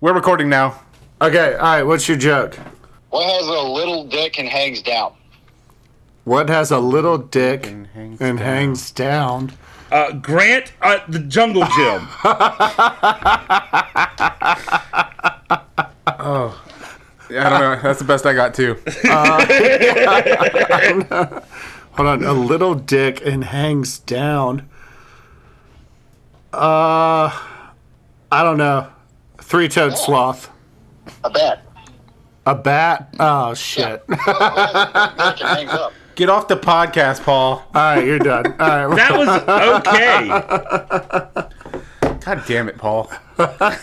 We're recording now. Okay, all right, what's your joke? What has a little dick and hangs down? What has a little dick and hangs hangs, down. Uh, Grant at the Jungle Yeah, Gym. I don't know. That's the best I got too. Hold on, a little dick and hangs down. Uh, I don't know. Three toed sloth. A bat. A bat. Oh, shit. All Dick and hangs up. Get off the podcast, Paul. right, you're done. All right. That was okay. God damn it, Paul. I,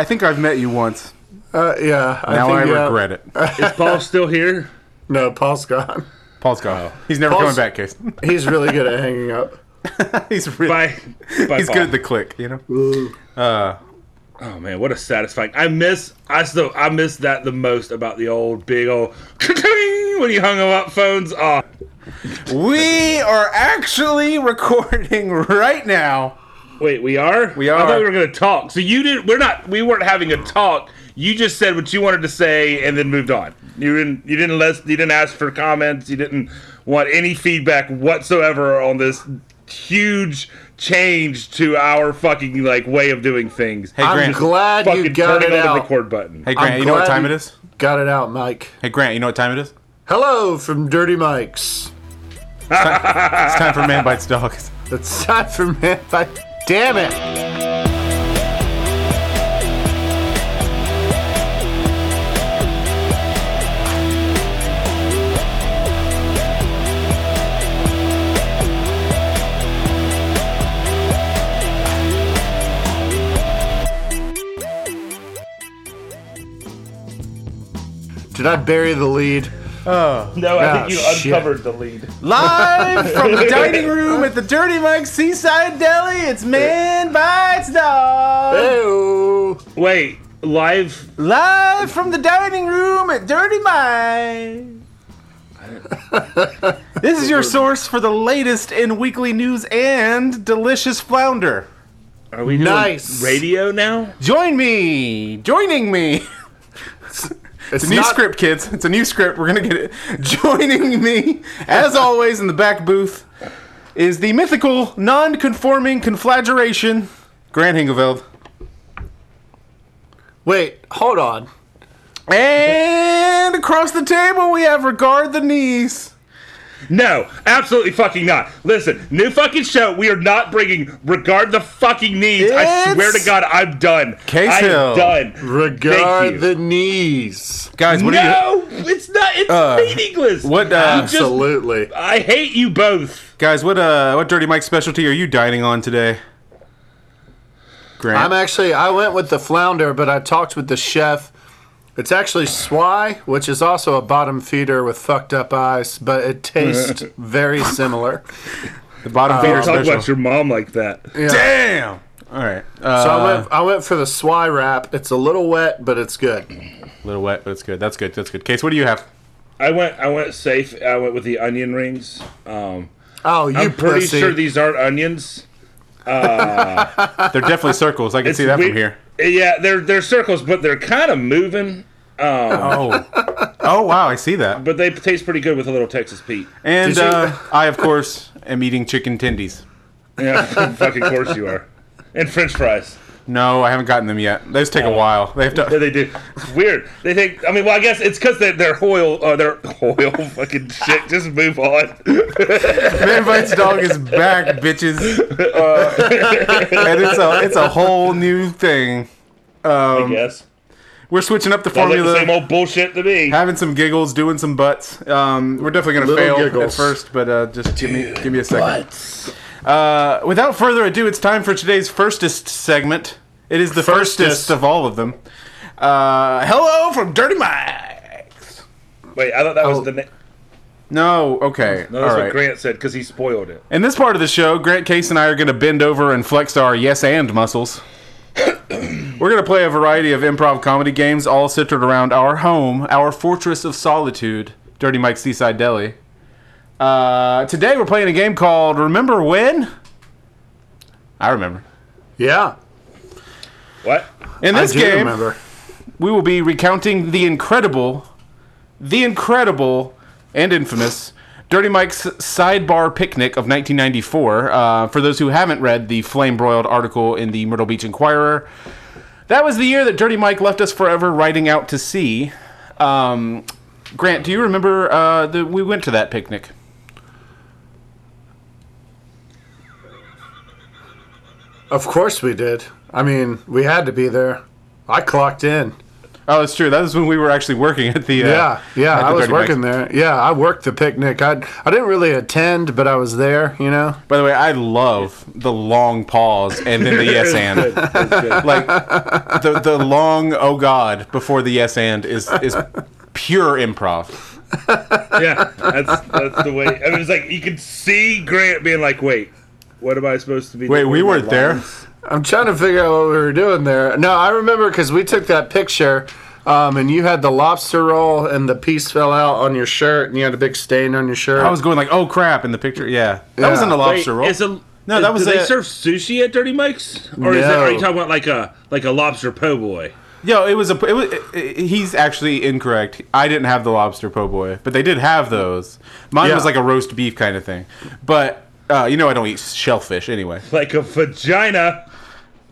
I think I've met you once. Uh, yeah. Now I, think, yeah. regret it. Is Paul still here? No, Paul's gone. Paul's gone. He's never Paul's- coming back, Case. He's really good at hanging up. He's really, Bye. Bye he's Paul. good at the click, you know. Oh man, what a satisfying! I miss I still I miss that the most about the old big old when you hung them up phones. Oh, We are actually recording right now. wait, we are. We I are. thought we were gonna talk. So you didn't. We're not. We weren't having a talk. You just said what you wanted to say and then moved on. You didn't. You didn't. Less, you didn't ask for comments. You didn't want any feedback whatsoever on this huge change to our fucking like way of doing things. Hey, I'm Grant. glad you fucking got turning it on the out. record button. Hey Grant, I'm you know what glad time you- it is? Got it out, Mike. Hey Grant, you know what time it is? Hello from Dirty Mike's. It's time for Man Bites Dogs. It's time for man. Bite. Damn it. Did I bury the lead? No, I oh, think Ah, you shit. uncovered the lead. Live from the dining room at the Dirty Mike's Seaside Deli, it's Man Bites Dogs. Hey-oh. Wait, live? Live from the dining room at Dirty Mike. This is your source for the latest in weekly news and delicious flounder. Are we Nice. doing radio now? Join me, joining me. It's It's a new not- script, kids. It's a new script. We're gonna get it. Joining me, as always, in the back booth is the mythical, non-conforming conflagration, Grant Hingeveld, Wait, hold on. and across the table we have regard the knees. No, absolutely fucking not. Listen, new fucking show. We are not bringing regard the fucking needs. I It's- swear to God, I'm done. Case I Hill. am done. Thank you. Regard the knees. Guys, what do you? no, it's not. It's Uh, meaningless. What? You Uh, just- Absolutely. I hate you both. guys, what? Uh, what Dirty Mike specialty are you dining on today? Grant. I'm actually, I went with the flounder, but I talked with the chef. It's actually swai, which is also a bottom feeder with fucked up eyes, but it tastes very similar. the bottom feeder Talk special. about your mom like that. Damn. All right. Uh, So I, went, I went for the swai wrap. It's a little wet, but it's good. a little wet, but it's good. That's good. That's good. Case, what do you have? I went. I went safe. I went with the onion rings. Um, Oh, you I'm pretty pussy. sure these aren't onions. They're definitely circles. I can see It's that we- from here. Yeah, they're they're circles, but they're kind of moving. Um, Oh. Oh wow, I see that. but they taste pretty good with a little Texas Pete. And Did you- uh, I, of course, am eating chicken tendies. Yeah, fucking course you are. And French fries. No, I haven't gotten them yet. Those take a while. They have Yeah, to. they do. It's weird. They think. I mean, well, I guess it's because they're, they're oil or they're oil fucking shit. Just move on. Man bites dog is back, bitches. Uh, and it's a it's a whole new thing. I guess. We're switching up the Sounds like Um, formula, the same old bullshit to me. having some giggles, doing some butts. Um, we're definitely gonna Little fail at giggles. first, but uh, just give me give me a second. Uh, without further ado, it's time for today's firstest segment. It is the firstest, Firstest. of all of them. Uh, hello from Dirty Mike's. Wait, I thought that was Oh. the name. No, okay. No, all that's right. what Grant said because he spoiled it. In this part of the show, Grant Case and I are going to bend over and flex our yes and muscles. We're going to play a variety of improv comedy games, all centered around our home, our fortress of solitude, Dirty Mike's Seaside Deli. Uh, today we're playing a game called Remember When? I remember. Yeah. What? In this I do game, remember. we will be recounting the incredible, the incredible, and infamous Dirty Mike's Sidebar Picnic of 1994. Uh, for those who haven't read the flame broiled article in the Myrtle Beach Inquirer, that was the year that Dirty Mike left us forever riding out to sea. Um, Grant, do you remember uh, that we went to that picnic? Of course we did. I mean, we had to be there. I clocked in. Oh, it's true. That was when we were actually working at the. Uh, Yeah, yeah, at I the was Dirty Mike's. working there. Yeah, I worked the picnic. I I didn't really attend, but I was there. You know. By the way, I love the long pause and then the yes and. like the the long oh god before the yes and is is pure improv. yeah, that's that's the way. I mean, it's like you could see Grant being like, "Wait, what am I supposed to be?" Wait, doing we with my weren't there. lines?" I'm trying to figure out what we were doing there. No, I remember because we took that picture, um, and you had the lobster roll, and the piece fell out on your shirt, and you had a big stain on your shirt. I was going like oh crap in the picture. Yeah, that Yeah. wasn't a Wait, lobster roll. Is a, uh, No, that was Do they a- serve sushi at Dirty Mike's, or is that, are you No. talking about like a like a lobster po' boy? Yo, it was a. It was, he's actually incorrect. I didn't have the lobster po' boy, but they did have those. Mine Yeah. was like a roast beef kind of thing, but. Uh, you know I don't eat shellfish anyway. Like a vagina?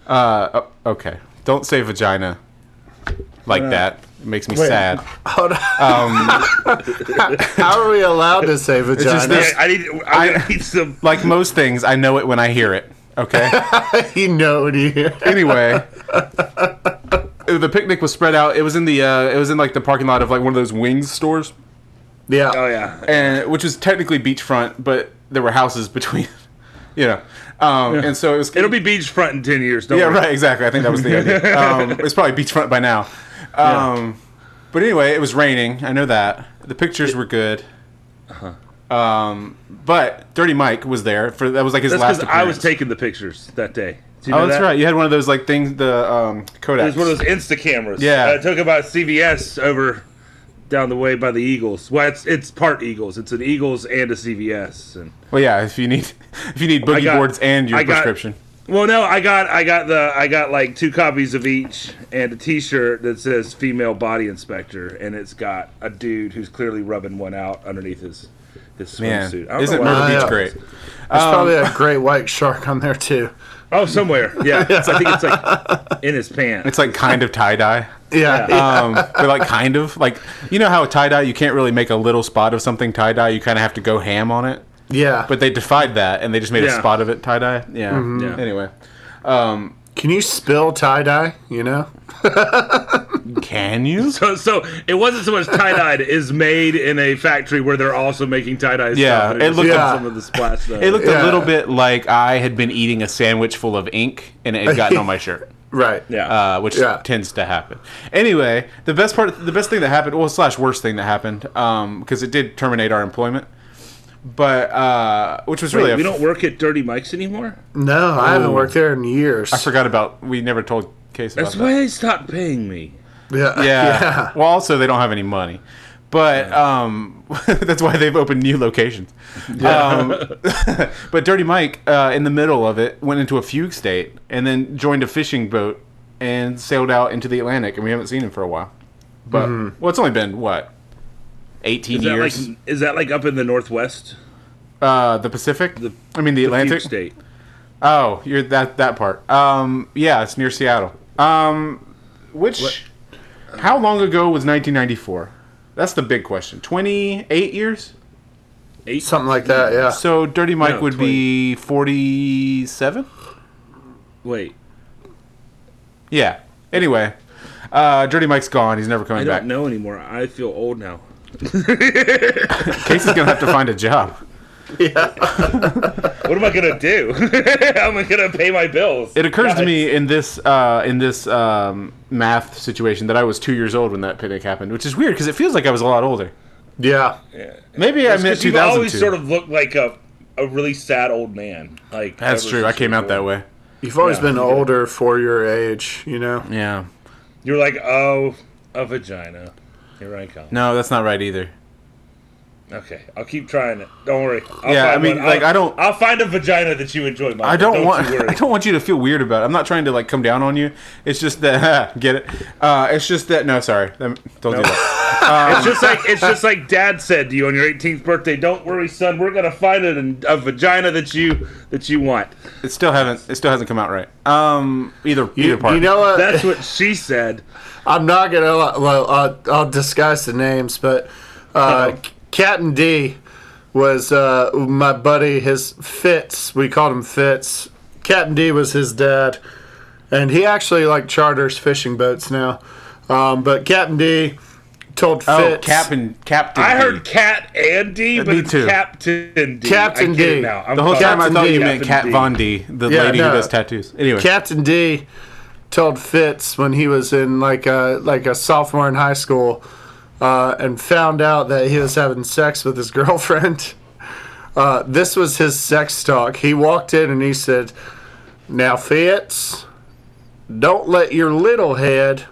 Uh, o- okay, don't say vagina like that. It makes me sad. Hold on. Um, How are we allowed to say just vagina? Yeah, this- I need I, I need some. Like most things, I know it when I hear it. Okay. you know what you hear. anyway, the picnic was spread out. It was in the uh, it was in like the parking lot of like one of those wings stores, Yeah. Oh yeah, and which was technically beachfront, but there were houses between, you know. Um, And so it was. it'll be beachfront in ten years. Don't yeah, worry. right. Exactly. I think that was the idea. Um, it's probably beachfront by now. Um, But anyway, it was raining. I know that the pictures were good. Uh-huh. Um, but Dirty Mike was there for that was like his That's last. because I was appearance. taking the pictures that day. Do you Oh, know that's that? right. You had one of those like things, the um, Kodak. It was one of those Insta cameras. Yeah. I took about CVS over down the way by the Eagles. Well, it's it's part Eagles. It's an Eagles and a CVS. And Well, yeah. If you need, if you need boogie got- boards and your I got- prescription, well, no, I got I got the I got like two copies of each and a T-shirt that says "Female Body Inspector" and it's got a dude who's clearly rubbing one out underneath his his man, swimsuit. I don't isn't know why- Myrtle I Beach know. great? There's Um, probably a great white shark on there too. Oh, somewhere. Yeah, It's- I think it's like in his pants. It's like kind of tie dye, Yeah. um, but like kind of like you know how tie dye you can't really make a little spot of something tie dye. You kind of have to go ham on it. yeah. But they defied that and they just made a Yeah. spot of it tie dye. Yeah. Yeah. Anyway, Can you spill tie dye? You know. can you? So, so it wasn't so much tie dye is made in a factory where they're also making tie dye. Yeah, stuff, and it was looked- got Yeah. some of the splash. Though. It looked Yeah. a little bit like I had been eating a sandwich full of ink and it had gotten on my shirt. Right. yeah. uh, which Yeah. tends to happen. Anyway, the best part, the best thing that happened, well, slash worst thing that happened, because it did terminate our employment, but uh, which was really Wait, a we f- don't work at Dirty Mike's anymore. No, I haven't worked there in years. I forgot about. We never told Case about That's that. why they stopped paying me. Yeah. yeah. Yeah. Well, also they don't have any money, but um, that's why they've opened new locations. Um, but Dirty Mike, uh, in the middle of it, went into a fugue state and then joined a fishing boat and sailed out into the Atlantic, and we haven't seen him for a while. But well, it's only been what eighteen Is that years. like is that like up in the Northwest? uh, the Pacific. I mean, the Atlantic. Huge state. Oh, you're that that part. Um, yeah, it's near Seattle. Um, which, how long ago was 1994? That's the big question. 28 years. Eight. Something like that. Yeah. So Dirty Mike No, would be 47. Wait, Yeah. Anyway, uh, Dirty Mike's gone. He's never I coming don't back. know anymore. I feel old now. Casey's gonna have to find a job. What am I gonna do? How am I gonna pay my bills? It occurs to me in this uh, in this um, math situation that I was two years old when that picnic happened, which is weird because it feels like I was a lot older. Yeah. Maybe I meant because you've 2002. always sort of looked like a a really sad old man. Like That's ever true. I since came you out were that born. way. You've always Yeah. been older for your age, you know. Yeah. You're like, oh, a vagina. Here I come. No, that's not right either. Okay, I'll keep trying it. Don't worry. I'll Yeah, I find mean, one. like, I'll, I don't- I'll find a vagina that you enjoy. Michael. I don't, want. You worry. I don't want you to feel weird about it. I'm not trying to like come down on you. It's just that get it. Uh, it's just that. No, sorry. Um, Don't do that. It's just like it's just like Dad said to you on your 18th birthday. Don't worry, son. We're gonna find a, a vagina that you that you want. It still haven't. It still hasn't come out right. Um, either either You, part. you know what? That's what she said. I'm not gonna. li- Well, I'll, I'll disguise the names, but uh, Captain D was uh, my buddy. His Fitz, we called him Fitz. Captain D was his dad, and he actually like charters fishing boats now. Um, but Captain D told Fitz, Oh, Captain Captain. I D. heard Cat and D, but Me it's too. Captain D. Captain I get it D. Now. I'm the whole time I Captain thought D. you meant Captain Kat D. Von D, the Yeah, lady no. who does tattoos. Anyway, Captain D told Fitz when he was in like a like a sophomore in high school, uh, and found out that he was having sex with his girlfriend. Uh, this was his sex talk. He walked in and he said, "Now Fitz, don't let your little head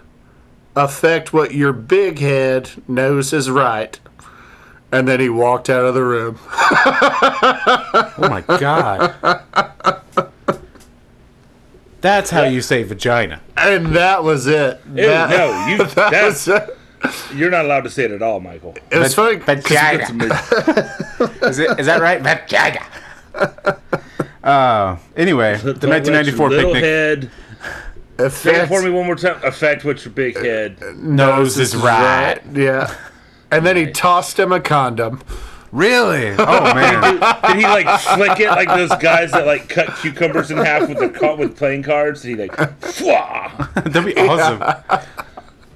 affect what your big head knows is right." And then he walked out of the room. oh my god, that's how you say vagina. And that was it. Ew, That- no, you that was that's, it. you're not allowed to say it at all, Michael. It was funny. 'cause- Vagina. is, it, is that right? Vagina. Uh, anyway, the Don't let your 1994 little picnic Head, say it Affect- for me one more time. Affect what your big head. nose is right. Yeah. And then he tossed him a condom. Really? Oh man. Did he like flick it like those guys that like cut cucumbers in half with the ca- with playing cards? Did he like, Fwah! That'd be awesome.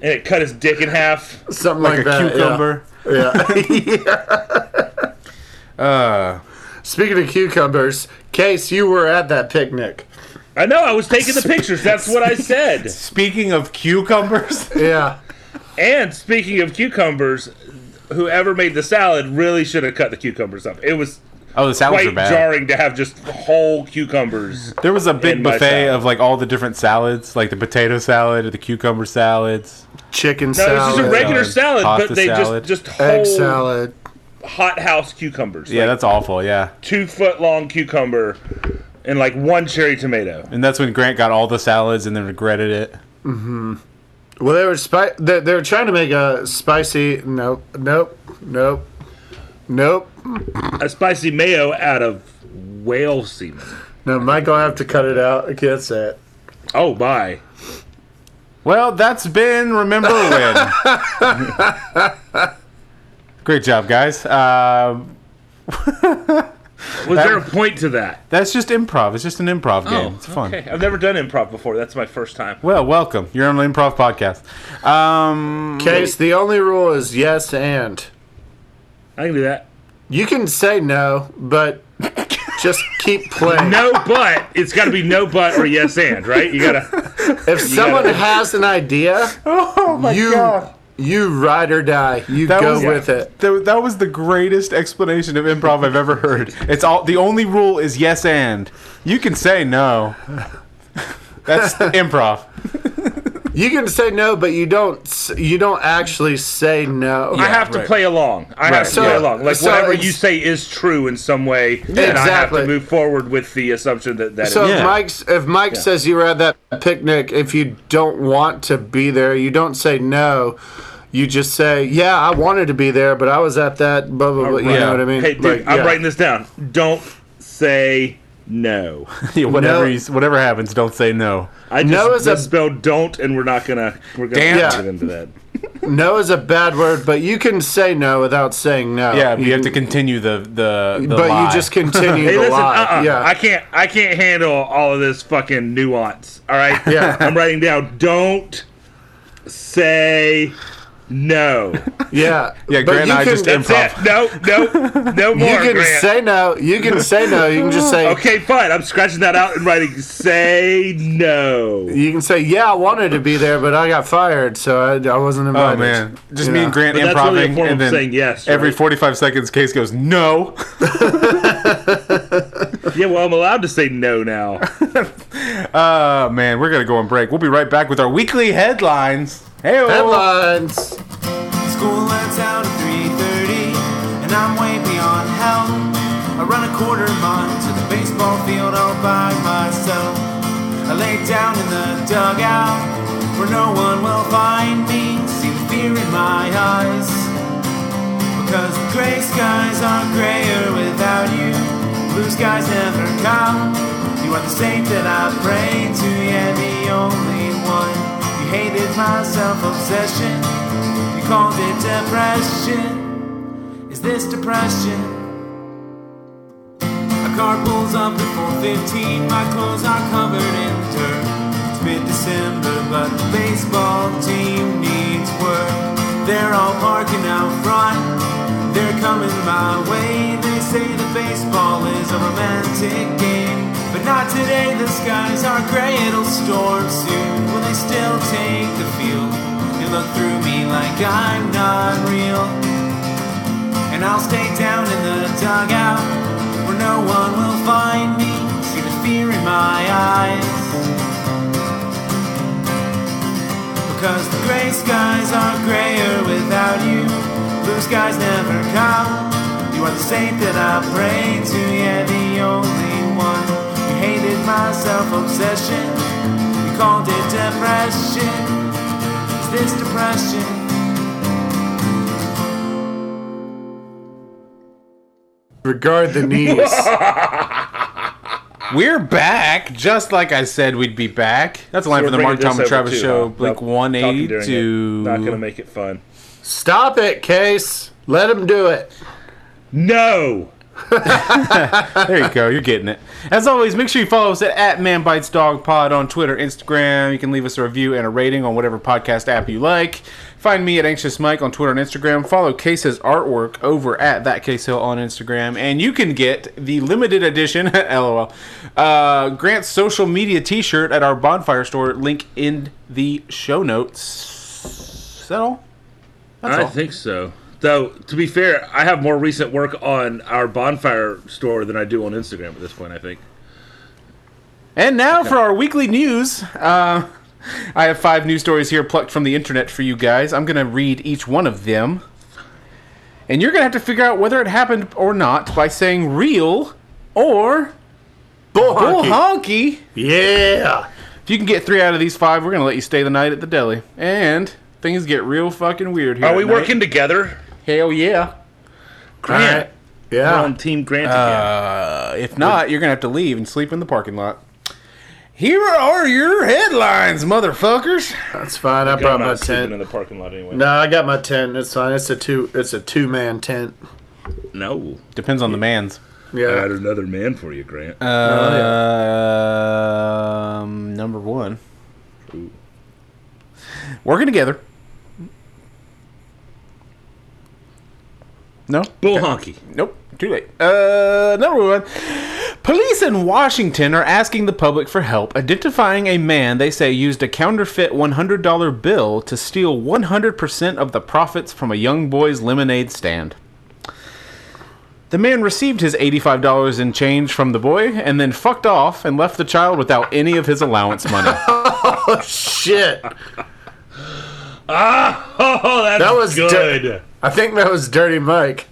and it cut his dick in half? Something Like like, a that. yeah. cucumber. Speaking of cucumbers, Case, you were at that picnic. I know. I was taking the pictures. That's what I said. Speaking of cucumbers, Yeah. And speaking of cucumbers, whoever made the salad really should have cut the cucumbers up. It was oh, the salads are quite bad. jarring to have just whole cucumbers. There was a big in my buffet salad. of like all the different salads, like the potato salad, the cucumber salads. Chicken No, it salad. was just a regular salad, Pasta but they salad. just just whole egg salad. hothouse cucumbers. Yeah, like that's awful. Yeah, two foot long cucumber and like one cherry tomato. and that's when Grant got all the salads and then regretted it. Well, they were spi- they, they were trying to make a spicy. Nope. Nope. Nope. Nope. A spicy mayo out of whale semen. No, Michael, I have to cut it out. I can't say it. Oh my. Well, that's been remember when. Great job, guys. Uh, Was there a point to that? Oh, that's just improv. It's just an improv game. it's fun. Okay. I've never done improv before. That's my first time. Well, welcome. You're on an improv podcast. Um, Case, the only rule is yes and. I can do that. You can say no, but just keep playing. No but. It's got to be no but or yes and, right? You got to If someone has an idea, oh my you you ride or die. You That go was- with it. That, that was the greatest explanation of improv I've ever heard. It's all the only rule is yes and. You can say no. That's improv. You can say no, but you don't. s- You don't actually say no. I have to right. play along. I have to So- play along. Like so whatever it's- you say is true in some way, and I have exactly. to move forward with the assumption that that. So it- Yeah. if Mike's if Mike says you were at that picnic, if you don't want to be there, you don't say no. You just say, "Yeah, I wanted to be there, but I was at that." Blah blah blah. You Yeah. know what I mean? hey, dude, Like, I'm yeah. writing this down. Don't say no. Yeah, whatever No. you, s- whatever happens, don't say no. I just No no is a- misspelled don't, and we're not gonna we're gonna Damn. get Yeah. into that. No is a bad word, but you can say no without saying no. Yeah, you have to continue the the. the But lie. you just continue Hey, the listen, lie. uh-uh. Yeah. I can't I can't handle all of this fucking nuance. All right, Yeah. I'm writing down. Don't say no. yeah. Yeah, But Grant you and I can- just That's it. No, no, no more. You can Grant. say no. You can say no. You can just say Okay, fine. I'm scratching that out and writing say no. You can say, "Yeah, I wanted to be there, but I got fired, so I, I wasn't Oh invited." man, just You me know. and Grant But that's really a improving, form and of then saying yes, every right? 45 seconds, Case goes no. Yeah, well, I'm allowed to say no now. Uh man, we're gonna go on break. We'll be right back with our weekly headlines. Hey, Headlines. School lights out at 3:30, and I'm quarter mile to the baseball field all by myself. I lay down in the dugout where no one will find me. See the fear in my eyes. Because the gray skies are grayer without you. Blue skies never come. You are the saint that I pray to, yeah, the only one. You hated my self obsession. You called it depression. Is this depression? A car pulls up at 415. My clothes are covered in dirt. It's mid-December, but the baseball team needs work. They're all parking out front. They're coming my way. They say that baseball is a romantic game. But not today, the skies are gray, it'll storm soon. Will they still take the field? You look through me like I'm not real. And I'll stay down in the dugout where no one will find me. See the fear in my eyes. Because the gray skies are grayer without you. Blue skies never come. You are the saint that I pray to, yeah, the only one. You hated my self obsession. You called it depression. Is this depression? Regard the knees. We're back, just like I said we'd be back. That's a line We're from the bringing Mark Tom this and over Travis too, show, huh? Blink Nope. Talking during it. 182. Not gonna make it fun. Stop it, Case. Let him do it. No. There you go. You're getting it. As always, make sure you follow us at, at Man Bites Dog Pod on Twitter, Instagram. You can leave us a review and a rating on whatever podcast app you like. Find me at Anxious Mike on Twitter and Instagram. Follow Case's artwork over at That Case Hill on Instagram. And you can get the limited edition, lol, uh, Grant's social media t shirt at our bonfire store. Link in the show notes. Is that all? I all. think so. Though to be fair, I have more recent work on our bonfire store than I do on Instagram at this point. I think. And now for our weekly news. Uh, I have five news stories here plucked from the internet for you guys. I'm going to read each one of them. And you're going to have to figure out whether it happened or not by saying real or Bull bull honky. honky. Yeah. If you can get three out of these five, we're going to let you stay the night at the deli. And things get real fucking weird here. Are at we night. working together? Hell yeah. Grant, All right. Yeah. we're on Team Grant Uh, if not, you're going to have to leave and sleep in the parking lot. Here are your headlines, motherfuckers. That's fine. I again. brought I'm my not sleeping tent. in the parking lot anyway. No, I got my tent. It's fine. It's a two. It's a two man tent. No. Depends on the man's. I got Yeah. another man for you, Grant. Uh, Uh, Um, number one. Working together. No? Bull honky. Nope. Too late. Uh, number one. Police in Washington are asking the public for help identifying a man they say used a counterfeit $100 bill to steal 100% of the profits from a young boy's lemonade stand. The man received his $85 in change from the boy and then fucked off and left the child without any of his allowance money. Shit. Oh, that's That was good. di- I think that was Dirty Mike.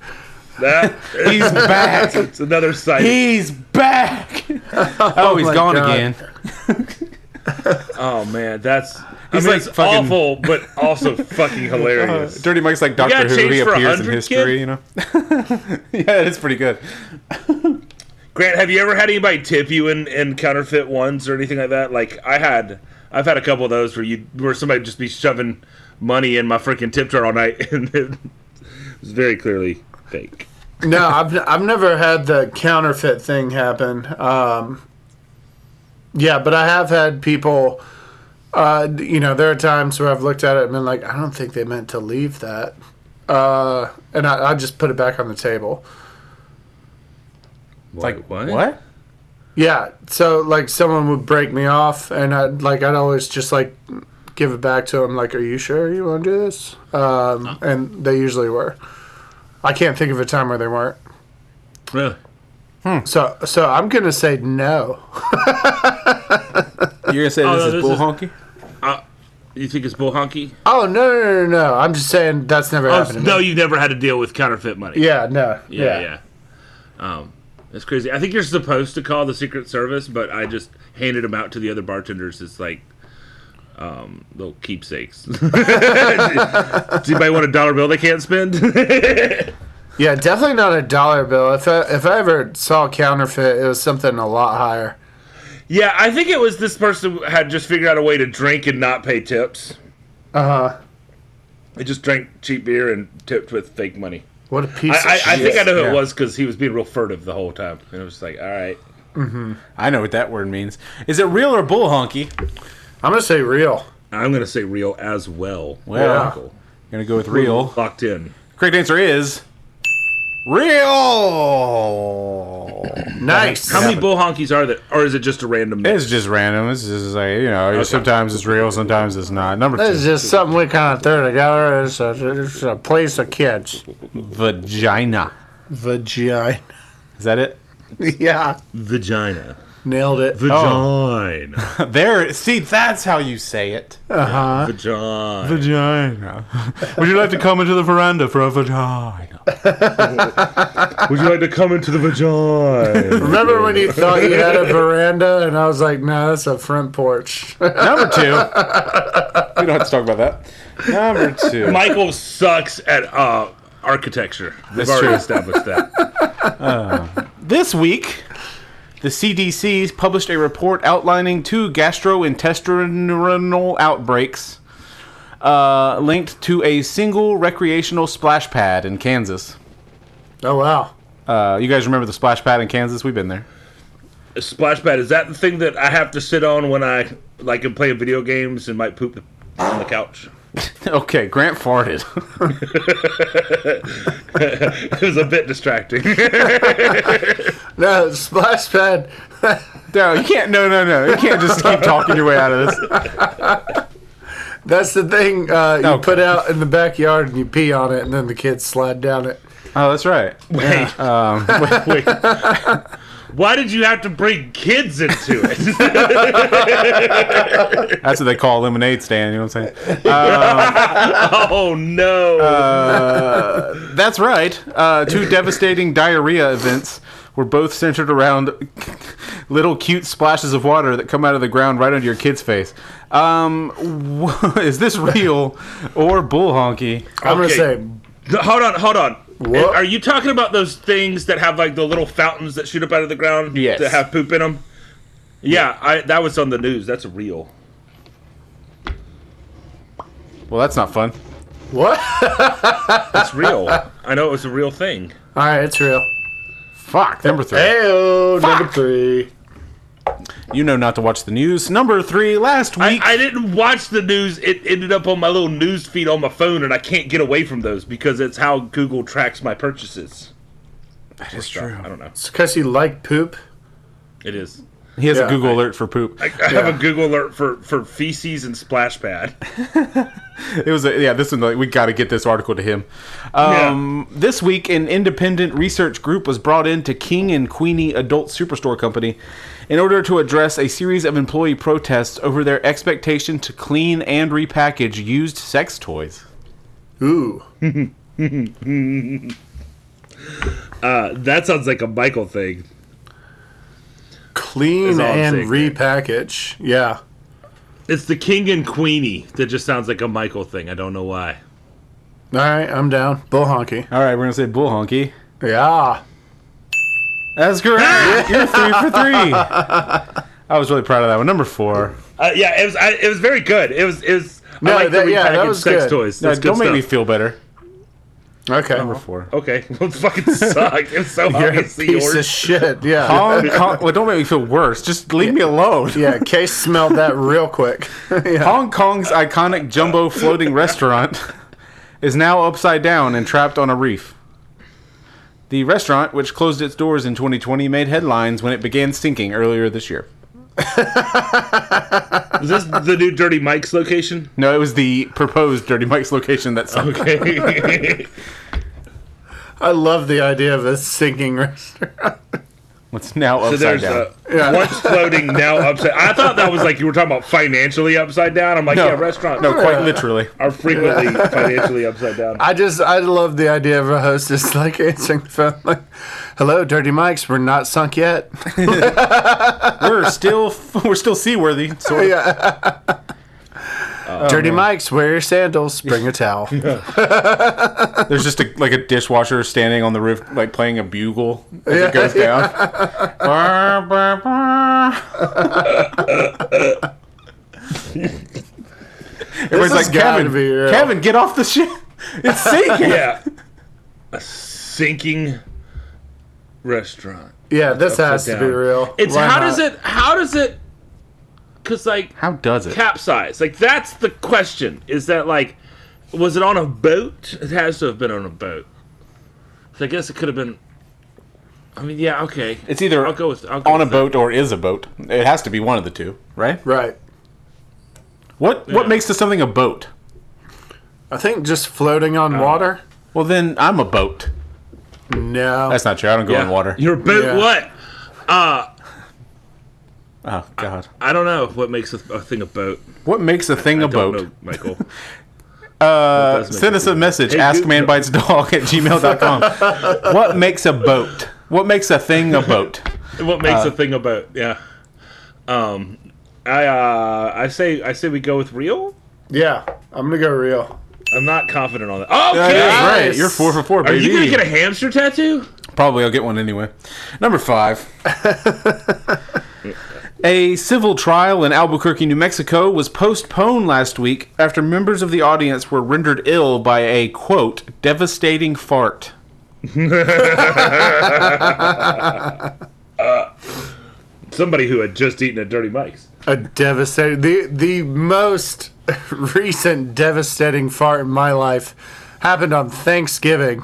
That- He's back. it's another sight. He's back. Oh, he's my gone God. again. oh man, that's. I He's mean, like it's fucking- awful, but also fucking hilarious. Dirty Mike's like Doctor gotta Who. change He for a appears in hundred, history, kid? you know. yeah, it's pretty good. Grant, have you ever had anybody tip you in, in counterfeit ones or anything like that? Like I had, I've had a couple of those where you where somebody would just be shoving money in my freaking tip jar all night, and it was very clearly fake. No, I've I've never had the counterfeit thing happen. Um, yeah, but I have had people. Uh, d- you know, there are times where I've looked at it and been like, I don't think they meant to leave that, uh, and I, I just put it back on the table. Like What? Yeah, so like someone would break me off, and I'd like I'd always just like give it back to them. Like, are you sure you want to do this? Um, and they usually were. I can't think of a time where they weren't. Really? So, so I'm gonna say no. You're gonna say Oh, this no, is this bull is- honky? You think it's bull honky? Oh no no no no! I'm just saying that's never Oh, happened. To no, me. you've never had to deal with counterfeit money. Yeah no. yeah, yeah. Um, That's crazy. I think you're supposed to call the Secret Service, but I just handed them out to the other bartenders as like um, little keepsakes. Does anybody want a dollar bill they can't spend? Yeah, definitely not a dollar bill. If I, if I ever saw a counterfeit, it was something a lot higher. yeah, I think it was this person had just figured out a way to drink and not pay tips. Uh huh. They just drank cheap beer and tipped with fake money. What a piece I, of I, I shit. think I know who Yeah. it was because he was being real furtive the whole time, and it was like, all right. I know what that word means. Is it real or bull honky? I'm gonna say real. I'm gonna say real as well. Well. Uncle. Gonna go with real. locked in. Correct answer is real. Nice. How many bull honkies are there, or is it just a random? Mix? It's just random. It's just like you know. Sometimes it's real. Sometimes it's not. Number This is two, just something we kind of threw together. It's a, it's a place of kids. vagina. Vagina. Is that it? yeah, Vagina. nailed Oh. it. Vagina. There. See, that's how you say it. Vagina. Vagina. Would you like to come into the veranda for a vagina? Would you like to come into the vagina? Remember when you thought you had a veranda, and I was like, "No, that's a front porch." Number two. We don't have to talk about that. Number two. Michael sucks at uh, architecture. We've That's already true. established that. This week, the CDC published a report outlining two gastrointestinal outbreaks uh, linked to a single recreational splash pad in Kansas. oh wow. Uh, you guys remember the splash pad in Kansas? We've been there. A splash pad. Is that the thing that I have to sit on when I like am playing video games and might poop on the couch? Okay, Grant farted. It was a bit distracting. No splash pad. no, you can't. No, no, no. You can't just keep talking your way out of this. That's the thing uh, you Okay. put out in the backyard and you pee on it, and then the kids slide down it. Oh, that's right. Wait. Um, wait, wait. Why did you have to bring kids into it? That's what they call a lemonade stand. You know what I'm saying? Um, oh no. That's right. Uh, two devastating diarrhea events were both centered around little cute splashes of water that come out of the ground right onto your kid's face. Um, wh- is this real or bull honky? I'm Okay. gonna No, hold on, hold on. What? Are you talking about those things that have like the little fountains that shoot up out of the ground? Yes. That have poop in them? Yeah, I, that was on the news. That's real. Well, that's not fun. say what? That's real. I know it was a real thing. All right, it's real. Fuck. Number three. Heyo, number Fuck. three. You know not to watch the news. Number three. Last I, week. I didn't watch the news. It ended up on my little news feed on my phone, and I can't get away from those because it's how Google tracks my purchases. that is I don't know. It's because you like poop. It is. He has a Yeah, Google alert for poop. I, I have a Google alert for, for feces and splash pad. It was a, yeah. This one like, we got to get this article to him. Um, This week, an independent research group was brought in to King and Queenie Adult Superstore Company in order to address a series of employee protests over their expectation to clean and repackage used sex toys. Ooh. Uh, that sounds like a Michael thing. Is Clean all I'm and saying, man. repackage. Yeah. It's the king and queenie that just sounds like a Michael thing. I don't know why. All right, I'm down. Bull honky. All right, we're gonna say bull honky. Yeah. That's correct. You're three for three. I was really proud of that one. Number four. Uh, yeah, it was. I, it was very good. It was. It was. No, I like that- the yeah, that repackaged was sex good. toys. No, That's don't good make me stuff. feel better. Okay. Number four. Okay, well, it fucking sucked. It was so You're a obviously piece of yours. shit. Yeah. Hong Kong. Um, Well, don't make me feel worse. Just leave me alone. Yeah, Case smelled that real quick. yeah. Hong Kong's iconic jumbo floating restaurant is now upside down and trapped on a reef. The restaurant, which closed its doors in 2020, made headlines when it began sinking earlier this year. Is this the new Dirty Mike's location? No, it was the proposed Dirty Mike's location that sunk. Okay. I love the idea of a sinking restaurant. It's now so upside there's down. a once floating, now upside. I thought that was like you were talking about financially upside down. I'm like, No. yeah, restaurants No, quite literally. are frequently financially upside down. I just, I love the idea of a hostess like answering the phone, like, Hello, Dirty Mikes. We're not sunk yet. We're still we're still seaworthy. Sort of. Dirty Mikes, wear your sandals, bring a towel. There's just a, like a dishwasher standing on the roof, like playing a bugle as Yeah, it goes down. Bah, bah, bah. Everybody's has like, gotta Kevin, be, yeah." Kevin, get off the ship. It's sinking. Yeah. A sinking restaurant. yeah, this has to down. be real. It's Why how not? does it how does it cuz like How does it? capsize? Like that's the question. Is that like was it on a boat? It has to have been on a boat. So I guess it could have been I mean, yeah, okay. It's either I'll go with I'll go on a with that. boat or is a boat. It has to be one of the two, right? Right. What Yeah. what makes this something a boat? I think just floating on water. Well, then I'm a boat. No. That's not true. I don't go Yeah. in water. You're a boat Yeah. what? oh God. I don't know what makes a, a thing a boat. What makes a thing a Don't boat? know, Michael. Uh, does make send it us a easier. message Hey, ask Google. man bites dog at gmail.com what makes a boat what makes a thing a boat what makes Uh. a thing a boat? Yeah. Um I uh I say I say we go with real? yeah, I'm gonna go real. I'm not confident on that. Okay. yeah, right Nice. you're four for four Are baby you gonna get a hamster tattoo? probably i'll get one anyway number five a civil trial in albuquerque new mexico was postponed last week after members of the audience were rendered ill by a quote devastating fart Somebody who had just eaten at Dirty Mike's. A devastating, the the most recent devastating fart in my life happened on Thanksgiving,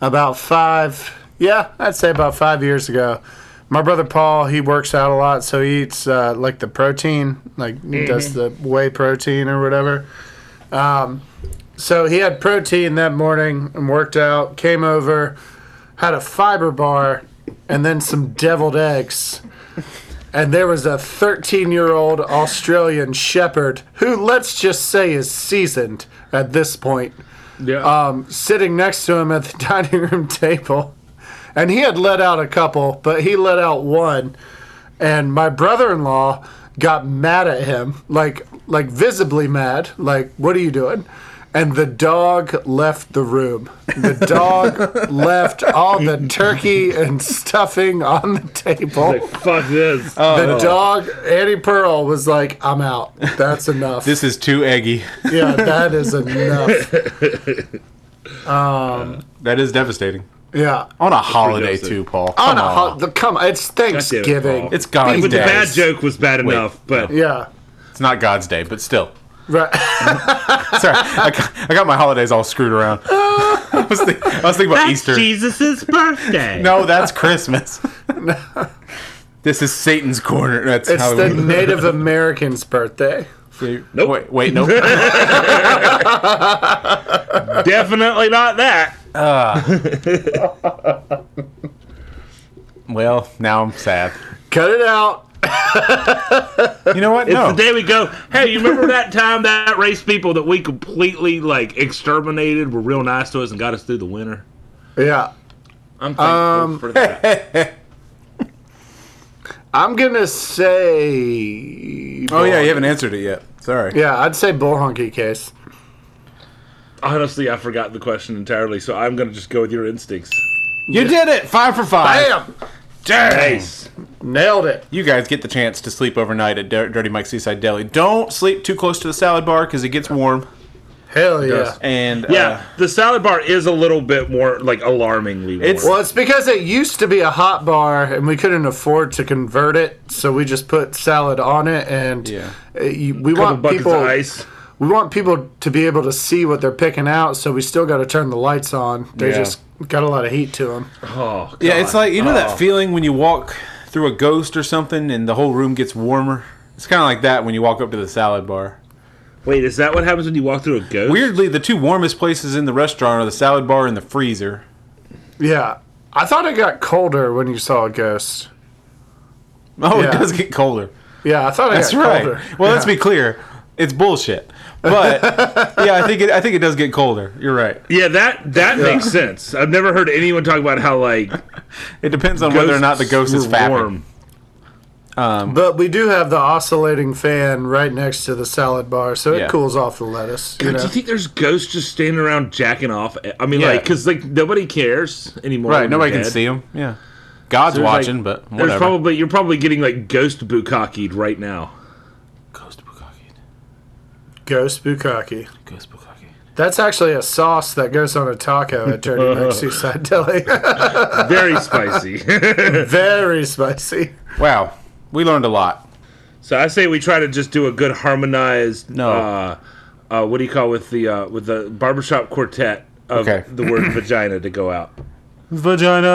about five. Yeah, I'd say about five years ago. My brother Paul, he works out a lot, so he eats uh, like the protein, like he does the whey protein or whatever. Um, so he had protein that morning and worked out. Came over, had a fiber bar, and then some deviled eggs and there was a 13 year old Australian Shepherd who, let's just say, is seasoned at this point, Yeah. um, sitting next to him at the dining room table. And he had let out a couple, but he let out one. And my brother in law got mad at him, like, like visibly mad, like, what are you doing? And the dog left the room. The dog left all the turkey and stuffing on the table. like, fuck this. Oh, The dog, Annie Pearl, was like, I'm out. That's enough. this is too eggy yeah, that is enough. that is devastating Yeah. on a holiday too devastating. paul On Come a ho- the, come on, it's Thanksgiving. Paul. it's god's but the day bad joke was bad enough, but yeah. It's not God's day, but still. Right. Sorry, I got, I got my holidays all screwed around. I was, think, I was thinking about Easter. Jesus's birthday. No, that's Christmas. this is Satan's corner. That's It's how the Native American's birthday. we. Nope. Wait, wait, nope. Definitely not that. well, now I'm sad. Cut it out. You know what? No. The day we go, hey, you remember that time that race people that we completely like exterminated were real nice to us and got us through the winter? Yeah. I'm thankful Um, for that. I'm going to say. oh yeah, you haven't answered it yet. Sorry. Yeah, I'd say bull honky case. Honestly, I forgot the question entirely, so I'm gonna just go with your instincts. You did it. Five for five. Bam! Nice. Nailed it. You guys get the chance to sleep overnight at Dir- Dirty Mike's Seaside Deli. Don't sleep too close to the salad bar because it gets warm. Hell yeah. does. And Yeah, uh, the salad bar is a little bit more like alarmingly. It's- warm. Well, it's because it used to be a hot bar and we couldn't afford to convert it, so we just put salad on it and Yeah. uh, you- we couple want buckets people of ice. we want people to be able to see what they're picking out, so we still got to turn the lights on. They Yeah. just got a lot of heat to them. Oh, God. Yeah, it's like you know Oh. that feeling when you walk through a ghost or something, and the whole room gets warmer. It's kind of like that when you walk up to the salad bar. Wait, is that what happens when you walk through a ghost? Weirdly, the two warmest places in the restaurant are the salad bar and the freezer. Yeah, I thought it got colder when you saw a ghost. Oh, Yeah. it does get colder. Yeah, I thought it That's got right. colder. Well, let's Yeah. be clear. It's bullshit. But yeah, I think it, I think it does get colder. You're right. Yeah, that that makes sense. I've never heard anyone talk about how like It depends on whether or not the ghost is ghosts were fapping. But we do have the oscillating fan right next to the salad bar, so Yeah. it cools off the lettuce. You God, do know? you think there's ghosts just standing around jacking off? I mean, Yeah. like, because like nobody cares anymore. Right. when Nobody you're can dead. see him. Yeah. God's There's, like- watching, but whatever. There's probably you're probably getting like ghost bukakied right now. Ghost Bukaki. Ghost bukkake. Ghost Bukaki. That's actually a sauce that goes on a taco at Dirty Mike's Seaside Deli. Very spicy. Very spicy. Wow. We learned a lot. so I say we try to just do a good harmonized. No. Uh, uh, what do you call with the uh, with the barbershop quartet of Okay. the word vagina to go out? Vagina.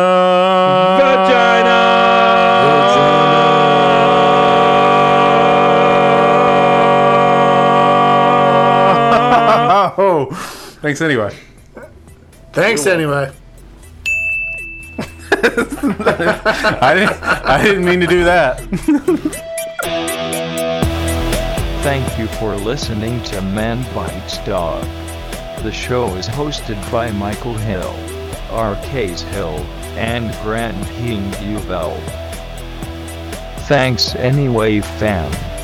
Vagina. Oh. Thanks anyway. Thanks anyway. I didn't I didn't mean to do that. Thank you for listening to Man Bites Dog. The show is hosted by Michael Hill, R.K.'s Hill, and Grant King Uvel. Thanks anyway, fam.